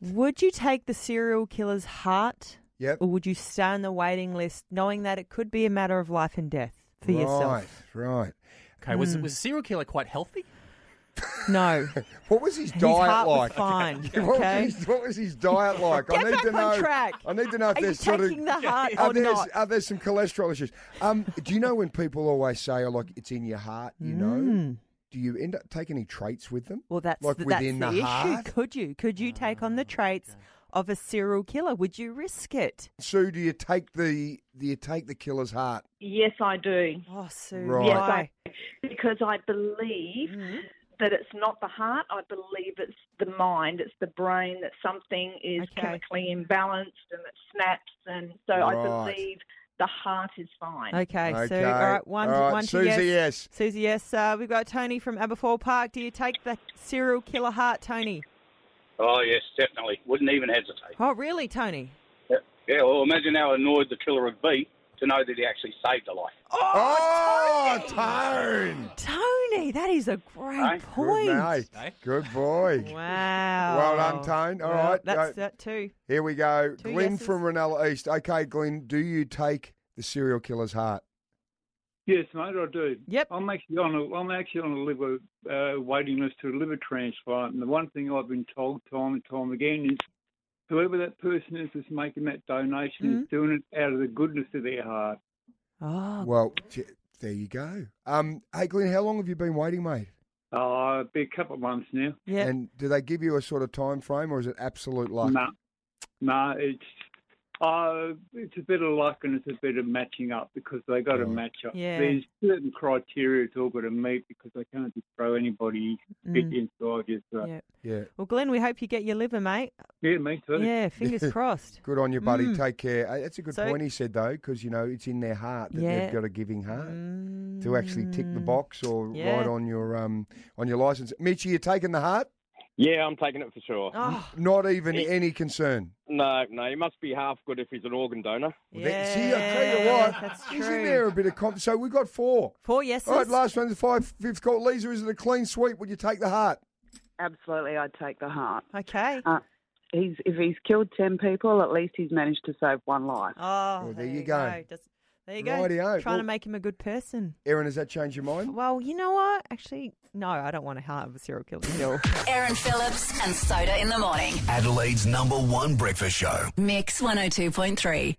Would you take the serial killer's heart Yep. or would you stay on the waiting list knowing that it could be a matter of life and death for right, yourself? Right. Okay, was was the serial killer quite healthy? No. What was his His diet heart was like? fine, What, okay? was his, what was his diet like? I Get need back to know. on track. I need to know if Are you there's sort of taking the heart are or there, not? are there some cholesterol issues? Um, do you know when people always say, oh, like, it's in your heart, you know? Do you end up taking any traits with them? Mm. Hmm. Well, that's like the, that's within the, the, heart? Ah, issue. Could you? Could you take on the traits of a serial killer? Would you risk it? Sue, do you take the do you take the killer's heart? Yes, I do. Oh, Sue, Right. Mm-hmm. Yes, why? I, because I believe that it's not the heart. I believe it's the mind, it's the brain that something is Okay. chemically imbalanced and it snaps. And so I Right. believe the heart is fine. Okay, Sue. Okay. All right, one, All to- right, one Susie, to yes. Susie, yes. Uh, we've got Tony from Aberfoyle Park. Do you take the serial killer heart, Tony? Oh yes, definitely. Wouldn't even hesitate. Oh, really, Tony? Yeah. Yeah. Well, imagine how annoyed the killer would be to know that he actually saved a life. Oh, Tone! Tony, that is a great Hey, good point. Good mate. Eh? Good boy. Wow. Well done, Tone. All All right, right, That's go. that too. Here we go. Two Glenn yeses. from Ranella East. Okay, Glenn, do you take the serial killer's heart? Yes, mate, I do. Yep. I'm actually on a I'm actually on a liver uh, waiting list to a liver transplant, and the one thing I've been told time and time again is whoever that person is that's making that donation is Mm-hmm. doing it out of the goodness of their heart. Oh, Well, t- there you go. Um, hey, Glenn, how long have you been waiting, mate? Uh, it'd be a couple of months now. yeah. And do they give you a sort of time frame, or is it absolute luck? No, no, it's uh, it's a bit of luck and it's a bit of matching up because they got to Right. match up. Yeah. There's certain criteria it's all got to meet because they can't just throw anybody fit Mm. inside you. uh, So. Yeah. yeah. Yeah. Well, Glenn, we hope you get your liver, mate. me too. Yeah, fingers crossed. Good on you, buddy. Take care. Uh, That's a good Mm. So- point he said, though, because, you know, it's in their heart that Yeah. they've got a giving heart Uh, Mm. to actually tick the box or Yeah. write on your um, on your license. Mitch, are you taking the heart? Yeah, I'm taking it for sure. Oh, Not even It- any concern. No, no, he must be half good if he's an organ donor. Well, yeah. that- See, I tell you what, That's true. isn't there a bit of comp? So we've got four. Four yeses. All right, last one, the five, fifth call. Lisa, is it a clean sweep? Would you take the heart? Absolutely, I'd take the heart. okay. Uh, he's if he's killed ten people, at least he's managed to save one life. Oh, there you go. Just- there you go. Rightio. Trying Well- to make him a good person. Erin, has that changed your mind? Well, you know what? Actually, no, I don't want to harm a serial killer still. Aaron Phillips and Soda in the morning. oh Adelaide's number one breakfast show. Mix 102.3.